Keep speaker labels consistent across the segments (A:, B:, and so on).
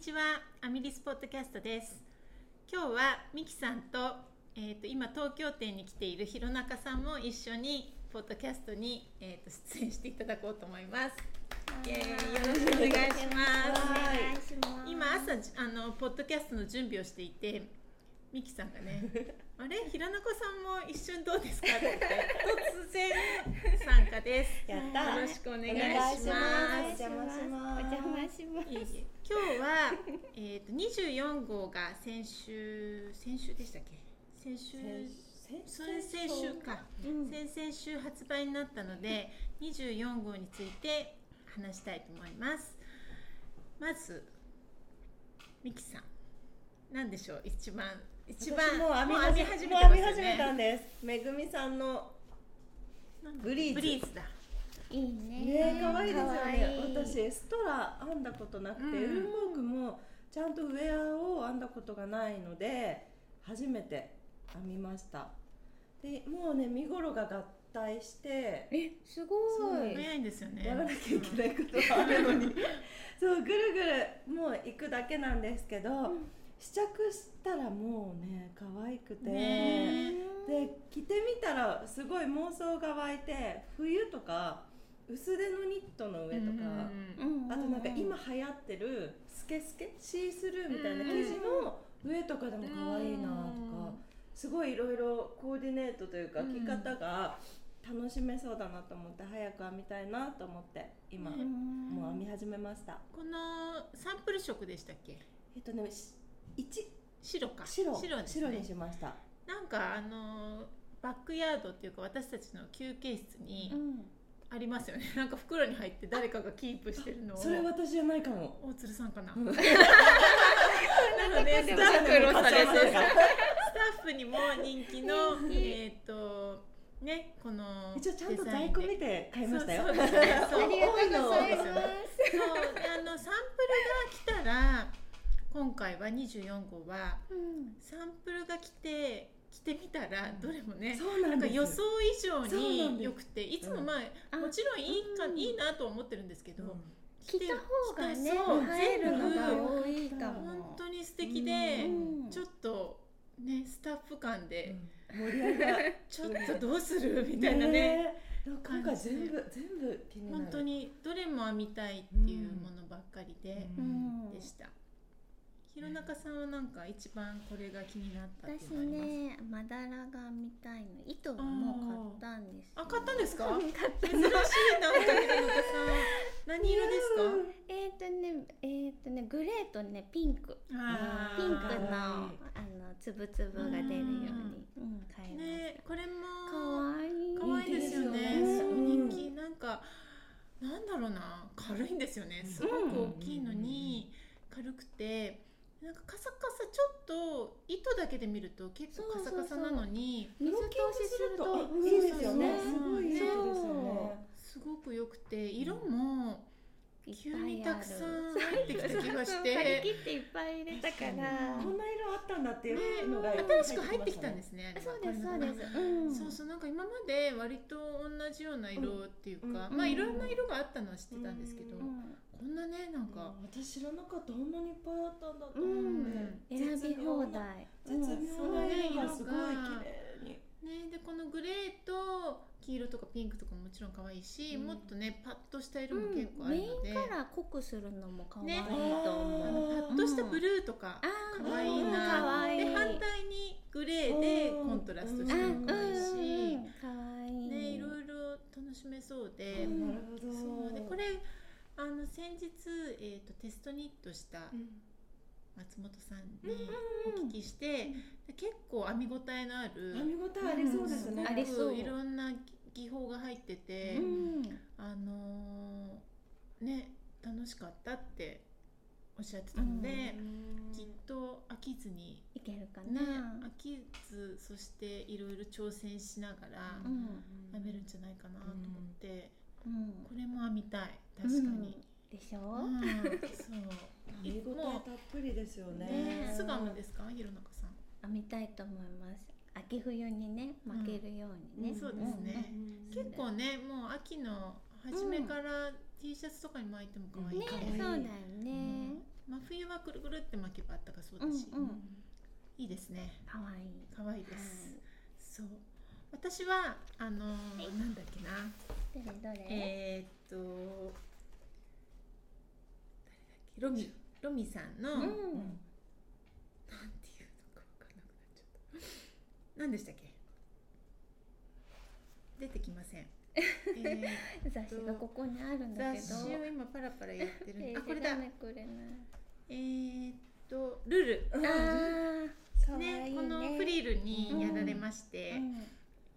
A: ちは、アミリスポッドキャストです。今日はミキさんと、えっ、と今東京店に来ている弘中さんも一緒にポッドキャストにえっ、と出演していただこうと思います。イエーイよろしくお願いします
B: はいお願いします。
A: 今朝じあのポッドキャストの準備をしていてミキさんが ね「あれ平中さんも一瞬どうですか?」って言って突然参加です。
C: やっ
A: よ
C: た
A: ろしくお願いしま
C: お願い
A: す。
C: します
B: お邪魔しま
A: いえいえ今日はえっ、と24号が先週先週でしたっけ？先週先先週か、
B: うん
A: 先々週発売になったので24号について話したいと思いますまずミキさん何でしょう一番一
C: 一
A: 番
C: 番もう編み
A: もう編み始
C: 始め
A: め
C: もう
A: てま
C: 編
A: す
C: み
A: よ
C: 始めた
A: ね
C: んです。めぐみさんの
A: なんだ
C: ブリーズ
A: ブリーズだ
B: す。いいね。
C: ね可愛いですよね。
B: 可愛い
C: 私ストラ編んだことなくて、
A: うん
C: ウールモークもちゃんとウェアを編んだことがないので初めて編みました。でもうね身頃が合体して。
B: え、すご
C: そう
B: い。
A: 早いんですよね
C: やらなきゃいけないことはあるのにそうぐるぐるもう行くだけなんですけど、
B: ん
C: 試着したらもうね可愛くて、
A: ね
C: で着てみたらすごい妄想が湧いて冬とか薄手のニットの
A: う
C: 上とか、
A: ん
C: あとなんか今流行ってるスケスケシースルーみたいな生地の上とかでも可愛いなとか、すごいいろいろコーディネートというか
A: うん
C: 着方が楽しめそうだなと思って早く編みたいなと思って今、
A: ね
C: もう編み始めました。
A: このサンプル色でしたっけ
C: えっとねし一
A: 白か
C: 白
A: 白ですね
C: 白にしました。
A: なんかあのバックヤードっていうか私たちの休憩室にありますよね、 なんか袋に入って誰かがキープしてるのを
C: それ私じゃないかも。
A: 大鶴さんかな、
C: ん
A: なのでスタッフのされてるスタッフにも人気のえっとねこの
C: 一応ちゃんと在庫見
A: て
C: て買いましたよ。
A: そうそう そう
B: ありがとうござい
A: 多い
B: ま
A: のそうであのサンプルが来たら今回は24号は
B: す。うん
A: サンプルが来て着てみたらどれもね、
C: そうな
A: なんんか
C: です。
A: 予想以上
C: そうなんで
A: に
C: す
A: 良くていつも
C: うん
A: まあ、
B: あ
A: もちろんいいか、
B: うん
A: いいなとは思ってるんですけど、
B: 着た方がね、
A: 着たそう
B: 映えるの
A: 全
B: が多いか
A: 部本
B: も。
A: 当に素敵で、
B: うん
A: ちょっとねスタッフ間で、
C: うん盛り上がる
A: ちょっとどうするみたいなね
C: え。なんか今回全部全部気になる。
A: 本当にどれも編みたいっていうものばっかりで、
C: う
B: うん
A: でした弘中さんはなんか一番これが気になったってい
B: 私
A: うのあります
B: ね、まだらが見たいの、糸はもう買ったんですよ。
A: あ買ったんですか
B: うん 買った
A: 珍しいななんか弘中さん何色ですか
B: えっ、ー、とね、えっ、とね、グレーとね、ピンク。
A: あ
B: ピンクの
A: ー
B: あのつぶつぶが出るように、うん、買いまし
A: ねこれ
B: た。
A: も
B: 可愛いい。
A: 可愛いですよね
C: いいです
A: そ
C: よ
A: う
C: ね
A: 人気なんかなんだろうな軽いんですよねすごく大きいのに軽くてなんかカサカサちょっと糸だけで見ると結構カサカサなのに
B: 水通しすると
C: いいですよね。
B: そう
C: す
B: そう
C: ごいいいですよね。
A: すごく良くて色も
B: いっ
A: 急
B: ぱいある
A: にたくさん入ってきた気がし
B: そう張り切
A: て
B: っていっぱい入れたから。
C: こんな色あったんだっていうのが。
A: ね新しく入ってきたんですすねあれは
B: そうです
A: こ
B: そう
A: れもね
B: です。うん。
A: そうそうなんか今まで割と同じような色っていうか、
C: うん
A: まあ
B: うん
A: いろんな色があったのは知ってたんですけど、
C: う
B: うん
A: こんなねなんか、
C: 私知らなかった。あんなにいっぱいあったんだと
B: う
C: 思って
B: ん。選び放。題。
C: 絶妙な絶妙な色がすごい綺麗に。
A: ねでこのグレーと黄色とかピンクとかももちろん可愛いし、
C: うん
A: もっとねパッとした色
B: う
A: も
B: ん
A: 結構あ
B: メ
A: る
B: イ
A: ので、
B: ンカラー濃くするのも可愛い
A: ね
B: と思う。
A: あのパッとしたブルーとか
B: あー
A: 可愛いな、
B: 可愛い。
A: で反対にグレーでコントラストしてるのも可愛いし、
B: あうんうんうん可愛い。
A: ねいろいろ楽しめそうで。
B: うん
C: なるほど。
A: そうでこれあの先日、えー、とテストニットした
C: うん
A: 松本さんに
C: うん
A: お聞きして、
C: うん
A: で結構編みごたえのある
C: 編み応えありそうですね。
B: ありそう
A: いろんな技法が入ってて、
B: うん。
A: あのーね楽しかったっておっしゃってたので、
C: うん
A: きっと飽きずに
B: いけるか
A: ね、
B: な。
A: 飽きずそしていろいろ挑戦しながら
B: うん
A: 編めるんじゃないかなと思って、
B: うん。
A: これも編みたい確かに。
B: うん。でしょ。
A: うんそう
C: 見応えたっぷりですよね。
A: ね
B: ね、
A: 巣鴨ですか、弘中さん。
B: 編みたいと思います。秋冬にね、負けるようにね。
A: うんそうですね
C: うん
A: 結構ね、もう秋の初めから T シャツとかに巻いても可愛い
B: ね
A: かも、
C: 可愛い
B: そうだよね。
A: 真冬はくるくるって巻けばあったかそうだ
B: うんう
A: し、
B: ん
A: いいですね
B: 可愛い
A: 可愛いです、そう私はあのー
B: はい
A: なんだっけな
B: どれどれ、
A: えー、っと誰だっけロミロミさんの、
B: う
A: なんていうんのか分かんなくなっちゃった何でしたっけ出てきま せん、え
B: 雑誌がここにあるん
A: ー
B: だけど
A: 雑誌を今パラパラやってるん
B: え
A: で
B: ー
A: あこれだ
B: 選んでくれない
A: えー、っとルル
C: うん
B: あー可愛
A: ね
B: い
A: このフリルにやられまして、
B: うん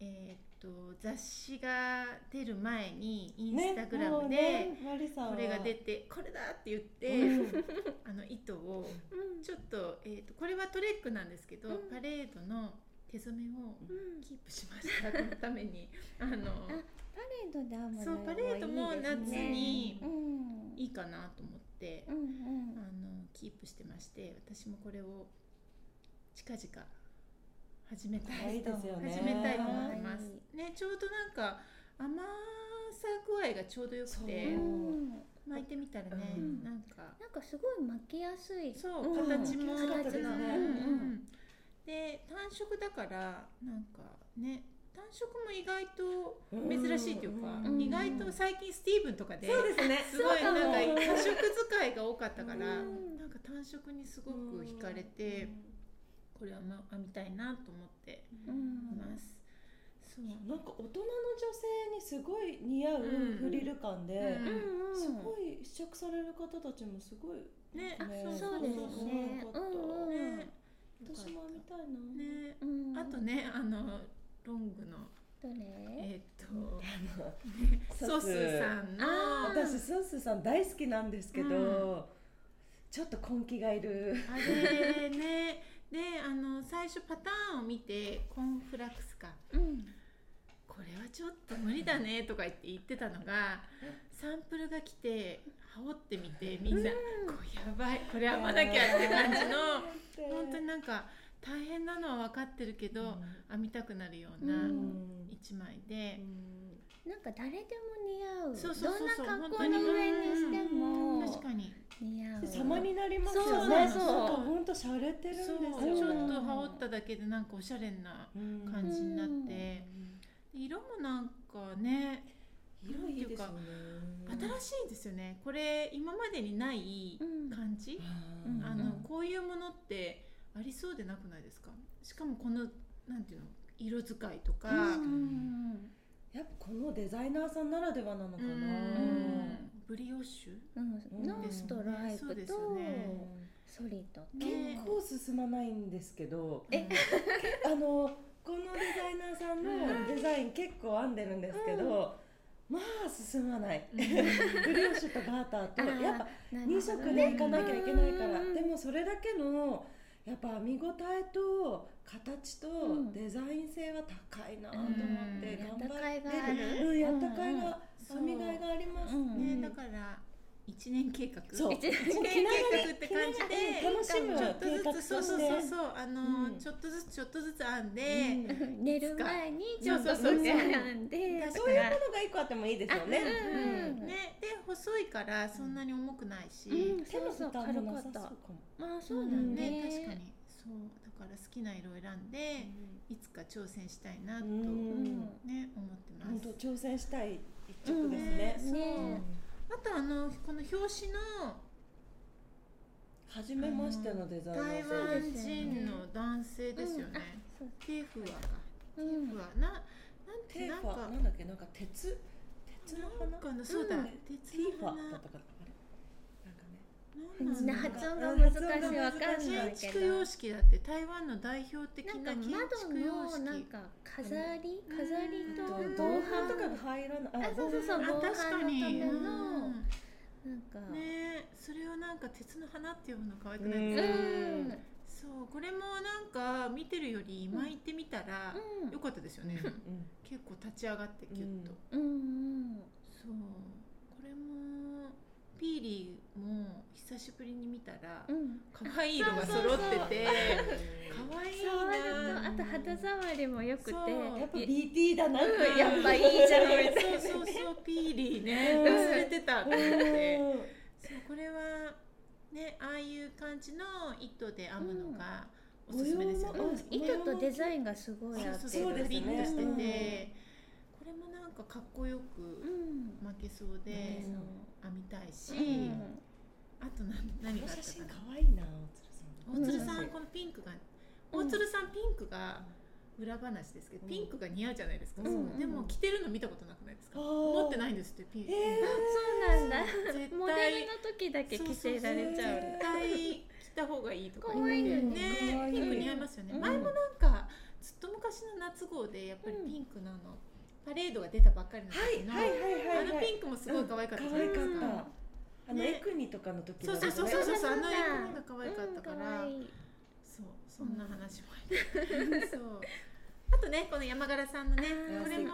A: えー、と雑誌が出る前にイン
C: ね
A: スタグラムで、
C: ねマリさんは
A: これが出てこれだって言って、
C: うん
A: あの糸を
B: うん
A: ちょっと,、えー、とこれはトレックなんですけど、
B: うん
A: パレードの手染めを
B: うん
A: キープしましたこのためにあの
B: パレードで編む
A: そう
B: の
A: パレードも
B: いいです
A: 夏
B: ね
A: に
B: うん
A: いいかなと思って、
B: うん
A: あのキープしてまして私もこれを近々始めたい
C: いいですよね
A: 始めたいと思います
B: ね。
A: ね、ちょうどなんか甘さ具合がちょうどよく
B: う
A: て
B: ん、
C: う
A: 巻いてみたらね、
C: うん
A: なんか
B: なんかすごい巻きやすい
A: そう、
C: うん
A: 形も
B: 形がね
A: うん
C: うん
A: うんで単色だからなんかね単色も意外と珍しいというか、
C: うん
A: 意外と最近スティーブンとかで
C: そうですね
A: すごい
B: そうかも
A: なんか多色使いが多かったから、
B: うん
A: なんか単色にすごく惹かれて、これはま編みたいなと思って
C: う
B: うんん
A: います。そう
C: なんか大人の女性にすごい似合うフリル感で、
A: うん
B: うんうん
C: すごい試着される方たちもすごい
A: ね
B: あ
C: ね
B: そうですね
C: そう
B: う
C: そうん
B: うん
A: ね
C: 私も編みたいな、
A: ね、
B: うん
A: あとねあのロングの
B: どれ
A: えーっと ソ
C: ソ
A: スさんの
B: あー
C: 私ソースさん大好きなんですけど、
A: うん
C: ちょっと根気がいる
A: あれねであの最初パターンを見てコーンフラックスか
B: うん
A: これはちょっと無理だねとか言って言ってたのがサンプルが来て羽織ってみてみんな、こうやばいこれ編まなきゃって感じの本当になんか大変なのは分かってるけど、編みたくなるよう
C: う
A: なん一枚で、
B: なんか誰でも似合う
A: そうそうそうそう
B: どんな
A: 本
B: 格
A: 当
B: 好
A: に
B: の上にしても
A: 確かに
B: 似合う
C: で様になりますよ
B: そう
C: ね
B: そうそう
C: なんか本当洒落てるんです
A: そう
C: よ
B: ね
A: ちょっと羽織っただけでなんかおしゃれな感じになって、で色もなんかね
C: 色いいですよね
A: 新しいんですよねこれ今までにない
B: うん
A: 感じ、
B: うん
A: あのこういうものってありそうでなくないですかしかもこのなんていうの色使いとか、
B: うん
A: うん
C: やっぱこのデザイナーさんならではなのかな、
A: ブリオッシュ
B: うんうん
C: うん
B: のストライ
A: そう
B: プ
A: です
B: と
A: よね
B: ソリッド
A: ね
C: 結構進まないんですけど、
B: え
C: あのこのデザイナーさんのデザイン結構編んでるんですけど、まあ進まない、
A: うん
C: ブリオッシュとバータ
B: あ
C: ーと
B: ー
C: やっぱ
B: なるほどね
C: 2色でいかなきゃいけないから、
B: うん
C: でもそれだけのやっぱ編み応えと形と
B: ん
C: デザイン性は高いなと思っ
A: うん
C: て頑張っ
B: や
C: て、
B: った甲斐がある
C: うん、やった甲斐が
A: うん
C: 編みがいがあります、
B: うん
A: ねだから一年計画
C: そう
A: 一年計画って感じで
C: 楽しむ
A: ちょっとずつそうそうそうそうあの、
C: うん
A: ちょっとずつちょっとずつ編んで、
C: うん
B: 寝る前にちょっと
A: そうそうそう
B: ずつ編んで
A: 確
B: と
C: そう
B: か
C: いうものが一個あってもいいですよ
B: あ
C: ね。
B: うん
A: うんね、で細いからそんなに重くないし、
B: うん
C: 手の
B: そうそう
C: 負担
B: 軽
C: も
B: か
C: なさ
B: っ
C: そ
B: た
C: うかも。
B: まあそうだね
A: 確かにそうだから好きな色を選んで、いつか挑戦したいなと、
C: うん
B: うん
A: ね思ってま
C: 本
A: す
C: 当挑戦したい一着ですね。
A: うん
B: ね
A: あとあのこの表紙の
C: 初めましてのデザイナ
A: 台
C: ーさん。
A: 湾人の男性ですよね、
B: そう
A: テーフアか
B: う
A: テー
B: ん
A: フアななん
C: テ
A: て
C: ー
A: なん
C: ファ
A: か
C: なんだっけなんか鉄鉄の
A: な
C: 花。
A: んかのそうだ、
C: うん
A: 鉄
C: ティーフ
A: の
C: ァ
A: 花
C: だったかなあれ。なんかね。
A: なんなんだろう
B: 発音が難しいわかん
C: 音が
B: な
A: 建
B: いけ
A: 築
B: ど
A: 様式だって台湾の代表的な
B: なんか
A: 建築様
B: 窓の
A: 式
B: なんか飾り
A: うん
B: 飾りと
C: あと
B: 防
C: 銅板とか
B: 犯
C: が入らない。
B: あそうそうそう
A: あ
B: 防
A: 確か
B: 犯のため
A: に
B: の
A: う
B: なん
A: ん
B: か
A: ねえそれをなんか鉄の花って呼ぶの可愛く
C: う
A: ないです
B: うん
A: か、
B: うん
A: そうこれもなんか見てるより巻いてみたら良かったですよね、結構立ち上がってキュッと、
C: うん
B: うんうん
A: そうこれもピーリーも久しぶりに見たら
B: うん
A: 可愛い色が揃ってて可愛い
B: 触る
A: な
B: とあと肌触りも良くて
A: そう
C: やっぱ
B: い
C: BT だなって
B: うん やっぱいいじゃんみたいな
A: そうそうそうピーリーね
C: うん
A: 忘れてたと思って
C: うん
A: そうこれはねああいう感じの糸で編むのがお
C: うん
A: すすめですよね。
C: 模様も
A: うん
C: うん
B: 糸とデザインがすごい合っ
A: そうそ
B: てる
A: う
C: そうですね
A: ピンとしてて、
C: うん
A: これもなんかかっこよ
B: う
A: く
B: ん
A: 巻けそうで
B: ね
A: 編みたいし、
B: うん
A: あと何何
C: こ
A: があ
C: の
A: っ
C: 写
A: た
C: 真
A: か
C: 可
A: な。
C: 愛いな
A: 大
C: 大鶴
A: 鶴
C: さ
A: さ
C: ん。
A: ん、このピンクが大鶴さんピンクが裏話ですけど、
C: うん
A: ピンクが似合うじゃないですか、
C: うん
A: でも着てるの見たことなくないですか、
C: あー
A: 持ってないんですってピンク、
C: え
B: そうなんだ
A: 絶対
B: モデルの時だけ着せられちゃう
A: 絶対着た方がいいとか
B: 可愛いよ
A: ね
B: ね
C: 可愛い
A: ピンク似合いますよね、
B: うん
A: 前もなんかずっと昔の夏号でやっぱりピンクのあのパレードが出たばっかりの時の、
C: はいはいはいはいはい。
A: あのピンクもすごい可愛かったじゃ
C: 可
A: な
C: 愛
A: いです
C: かっ
A: か、
C: た。あの
A: ね
C: エクニとかの時
A: そうそうそう
C: だ
A: そ
C: よ
A: う
C: ね
A: そうそうあ
B: そう
A: の
B: だ
A: エクニが可愛かったか
B: うん
A: ら、
B: 可愛い
A: そうそんな話もあるそうあとねこの山柄さんのね
B: あ
C: ー
A: これもこ
C: 素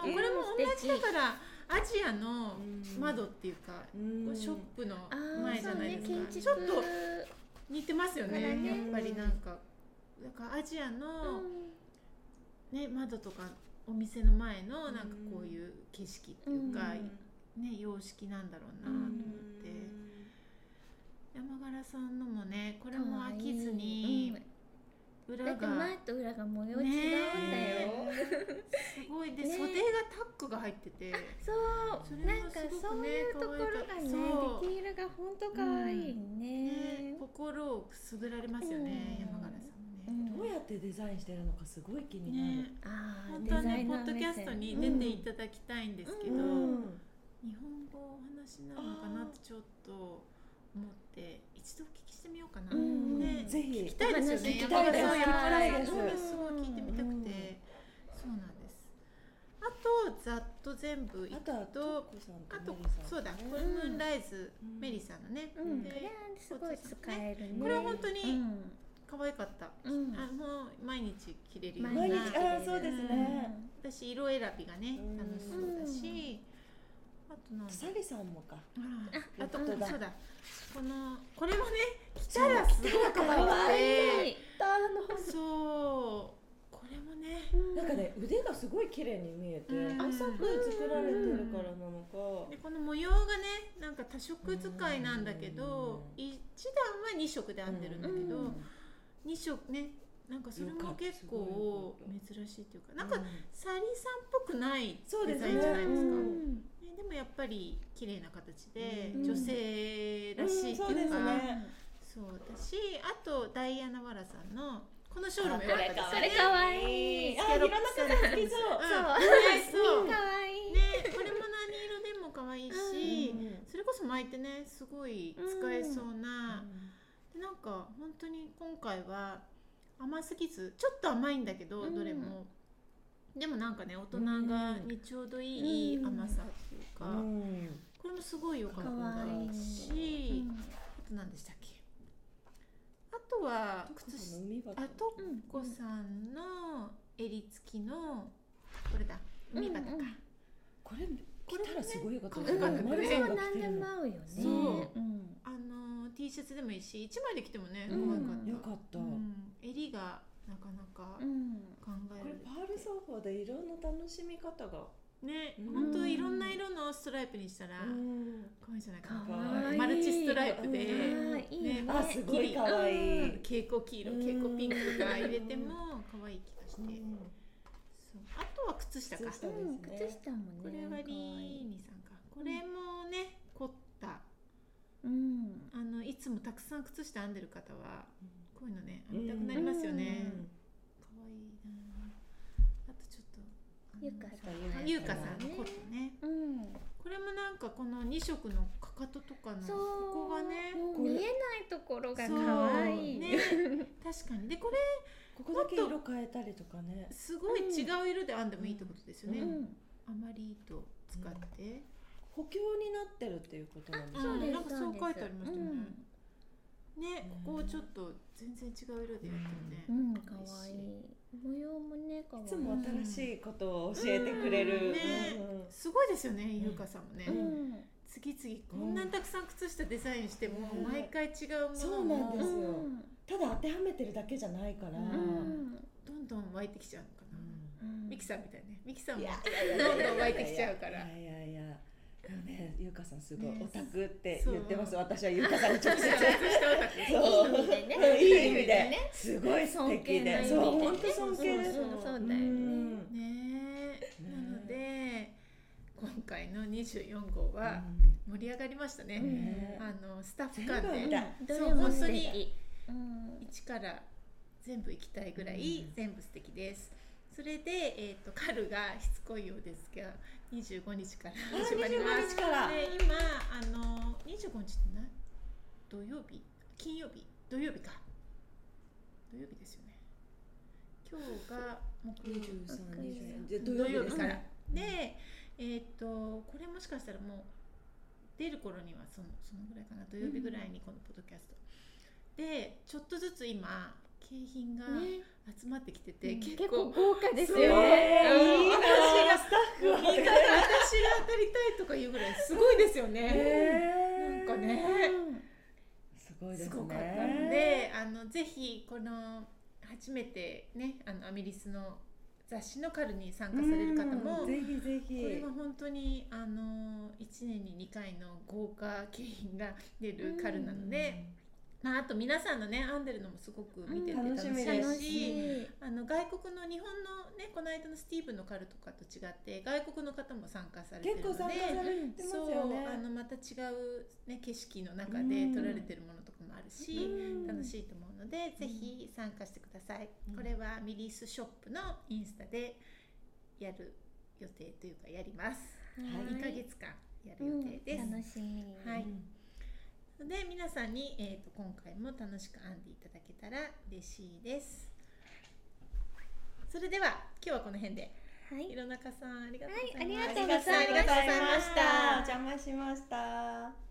C: 敵
A: れも同じだ
B: 素
A: か
B: 敵
A: らアジアの
C: うん
A: 窓っていうか、
C: うん
A: ショップの
B: あー
A: 前じゃないです
B: そうね
A: か、
B: 建築
A: ちょっと似てますよね
B: からね
A: やっぱりなんかなんかアジアの、ね、窓とかお店の前のなんかこういう景色っていうか、ね、様式なんだろうなと思って、山柄さんのもねこれも飽きずに
B: 可愛いうんだ
A: 裏
B: って
A: が
B: 前と裏が模様違うんだよ、
C: ね
A: すごいで、
B: ね
A: 袖がタックが入ってて。
B: そう
A: それも
B: なんか
A: すご
B: そ
A: く
B: う
A: ね
B: いうところ
A: 可
B: が
A: 愛
B: ね
A: いそう
B: ディティールが本当可愛いね
A: ね、心をくすぐられますよね、
B: うん
A: 山柄さ
B: うん
A: もね。
B: ん
C: どうやってデザインしてるのかすごい気になる。
A: ね、
B: あー
A: 本当は
B: デザ
A: ね
B: イ、
A: ポ
B: ナー
A: ッドキャストに出ていただきたいんですけど、
B: うん
C: うん
A: 日本語をお話しなのかなってちょっと思って、一度お聞きしてみようかな。
B: うん
A: ね、
C: ぜ
A: 聞
C: ひ
A: き。たいですよね、
C: 聞き
A: 山
C: たい
A: 柄
C: です
A: さん、山柄さん、
C: 聞きたいです
A: すごい聞いてみたくて、
C: うん
A: そうなんです。あと、ざっと全部い
C: あ
A: く
C: とは
A: と
C: トッコさん
A: あ
C: と
A: と
C: メリーさん、
A: そうだ、
C: ね
A: これムーンライズ、
C: うん
A: メリーさんのね、
B: うん、こ
A: で
B: れはすごい使えるね
A: これは本当に
B: うん
A: 可愛かった、
B: うん
A: あもう毎日着れるような
C: 毎日
B: 毎日
C: ああそうですね。
A: 私色選びがね
C: うん
A: 楽しそうだし、あとなんだ
C: サリさんもか。
A: ああと
C: 本当だ
A: そうだこのこれもね着たらすごい可
B: 可
A: 愛
B: 愛
A: く
B: い
A: てそうこれもね
C: なんかね腕がすごい綺麗に見えて、
A: うん
C: あそこで作られてるからなのか
A: で。この模様がねなんか多色使いなんだけど
C: う
A: 一段は2色で編んでるんだけど、
B: うん
A: 二色ねなんかそれも結構珍しいというかなんか
C: う
A: サリーさんっぽくない
C: そうで
A: デ
C: す
A: ザ
C: ね
A: インじゃないですか
C: う
A: ね
C: ん
A: で,、もやっぱり綺麗な形で、
C: うん
A: 女性らしいって
C: うんそう
A: い
C: で
A: うか、
C: すね
A: そうだしあとダイアナ・ワラさんのこのショールも良
B: こ
A: かった
B: れ
A: で
B: 可
A: すよね
B: 愛い可愛い
C: あ、いろんな方好きそう。
B: そう
A: うんねそうね
B: 可愛い
A: これも何色でも可愛いし、それこそ巻いてねすごい使えそうな、でなんか本当に今回は甘すぎずちょっと甘いんだけど、
B: うん
A: どれもでもなんかね大人がにちょうどいい
B: うん
A: 甘さっていうか、
C: うん
A: これもすごい良かったし、あと何でしたっけあとは靴
C: 靴の
A: 下
C: 海ばっか
A: あ
C: り
A: とこさんの襟付きのこれだ海型か、
B: うんうん
C: これ着たらすごいこと
A: これもね
B: こ
A: 可愛い
B: れは
C: マリさんが着
B: 何
C: て
B: で
C: る
B: も
C: の
B: 合うよね
A: そう
B: うん
A: あの T シャツでもいいし1枚で着てもね
B: う
A: 可愛
B: ん
A: かった、
C: よかった。
A: うん襟がなかなか
B: うん
A: 考え
C: こ
A: られ
C: れ
A: て
C: パール奏法でいろんな楽しみ方が。
A: ね、
C: うん
A: 本当いろんな色のストライプにしたら可愛いじゃないかな
C: 可愛い
A: マルチストライプで、
C: うん
B: あーいいね
A: ね
C: あ、すごい可愛い。
A: 蛍光黄色
C: うん
A: 蛍光ピンクとか入れても可愛い気がして、
C: うん
A: そうあとは靴下か
C: 靴下
A: こ
B: うん
C: そうですね
B: 靴下も
A: れ
B: ね
A: はリ
B: 可愛い
A: ーニさんかこれもね凝った
B: うん
A: あのいつもたくさん靴下編んでる方はこういうのね
C: うん
A: 編みたくなりますよね
B: う
A: 可愛いなあとちょっとあの
B: ゆかさん
A: ゆうかさんの
B: ね
A: 凝ったね
B: うん
A: これもなんかこの2色のかかととかの
B: そう
A: ここがね
B: もう
C: これ
B: 見えないところが
A: そう
B: 可愛い
A: ね確かにでこれ
C: ここだけ色変えたりとかね。
A: すごい違う色で編んでもいいってことですよね、
B: うん
A: あまり糸を使って、
C: 補強になってるっていうことなんです
A: あ
B: そ
C: ね。
B: うです
A: なんかそう書いてありましたね
B: うん
A: ね
C: うん
A: ここをちょっと全然違う色でやってもね、
B: うん、かわいい。模様もね、かわいい。
C: いつも新しいことを教えてくれる。
A: うんね
C: うん
A: すごいですよねゆうかさんもね、
B: うん、
A: 次々こんなにたくさん靴下デザインしても、
C: うん
A: 毎回違うものも
C: そうなん
B: う
C: ですよ
B: ん、
C: ただ当てはめてるだけじゃないから。
A: う
B: うん、
A: どんどん湧いてきちゃうのかな、ミキさんみたいねミキさん
C: い
A: も
C: や
A: どんどん湧いてきちゃうから
C: いやいやいや。でもね、ゆうかさんすごい
A: ね
C: オタクって
A: そう
C: 言ってます、私はゆかさんに直
A: ち
C: 接 そう
B: いい意味でね
C: うんい
B: い
C: い意味
B: い意味で
C: で
B: ね
C: すごい素
B: 尊
C: 敵
B: 敬の意
C: で
B: 味
C: そう
B: でね
C: 本当尊敬です
B: そうそうそうだよね
C: ん
A: ねえ
C: ね
A: なので今回の24号は盛り上がりましたね、
C: ね
A: あのスタッフ間
C: 全部
A: で
C: だ
B: どれ
A: そう
B: も
A: 本当
B: 素
A: に
B: 敵うん
A: 一から全部行きたいぐらい
C: うん
A: 全部素敵です、それで、えー、とカルがしつこいようですが25日から始まります
C: 25日から
A: で今あの25日って何土曜日金曜日土曜日か土曜日ですよね今日が木曜日
C: 23
B: 23
A: 土曜日から、
C: うん
A: でえーっ、とこれもしかしたらもう出る頃にはそのそのぐらいかな土曜日ぐらいにこのポッドキャスト、でちょっとずつ今景品が
B: ね
A: 集まってきてて、結
B: 結構
A: 構
B: 豪華ですよ
C: え
B: ね
C: ーいいな私がスタッフを
A: みんなが私が当たりたいとかいうぐらいすごいですよね、
C: えー
A: なんかね
B: うん
C: すごいですす
A: ごかったの
C: ね
A: であのぜひこの初めてねあのアミリスの雑誌のカルに参加される方も、
C: うんぜひぜひ
A: これは本当にあの1年に2回の豪華景品が出るカルなので、まあ、あと皆さんのね編んでるのもすごく見てて
C: うん
A: 楽しみ
C: 楽しみで
A: です
C: す
B: 楽
A: し。
B: しい
A: あの外国の日本のねこの間のスティーブのカルとかと違って外国の方も参加されてるの
C: 結
A: で
C: 構参加されてます
A: そう
C: よね
A: あのまた違う、ね、景色の中で撮られてるものとかもあるし、楽
C: い
A: しいと思うので、ぜひ参加してください、
C: うん
A: これはミリースショップのインスタでやる予定というかやります、
C: はい
A: 2ヶ月間やる予定です、
B: うん楽しみ
A: はいで皆さんに、えー、と今回も楽しく編んでいただけたら嬉しいですそれでは今日はこの辺で
B: はい
A: 弘中さんありがとう
B: はい
A: ございました、
B: ありがと
A: ありが
B: うございました
A: とうございました
C: お邪魔しました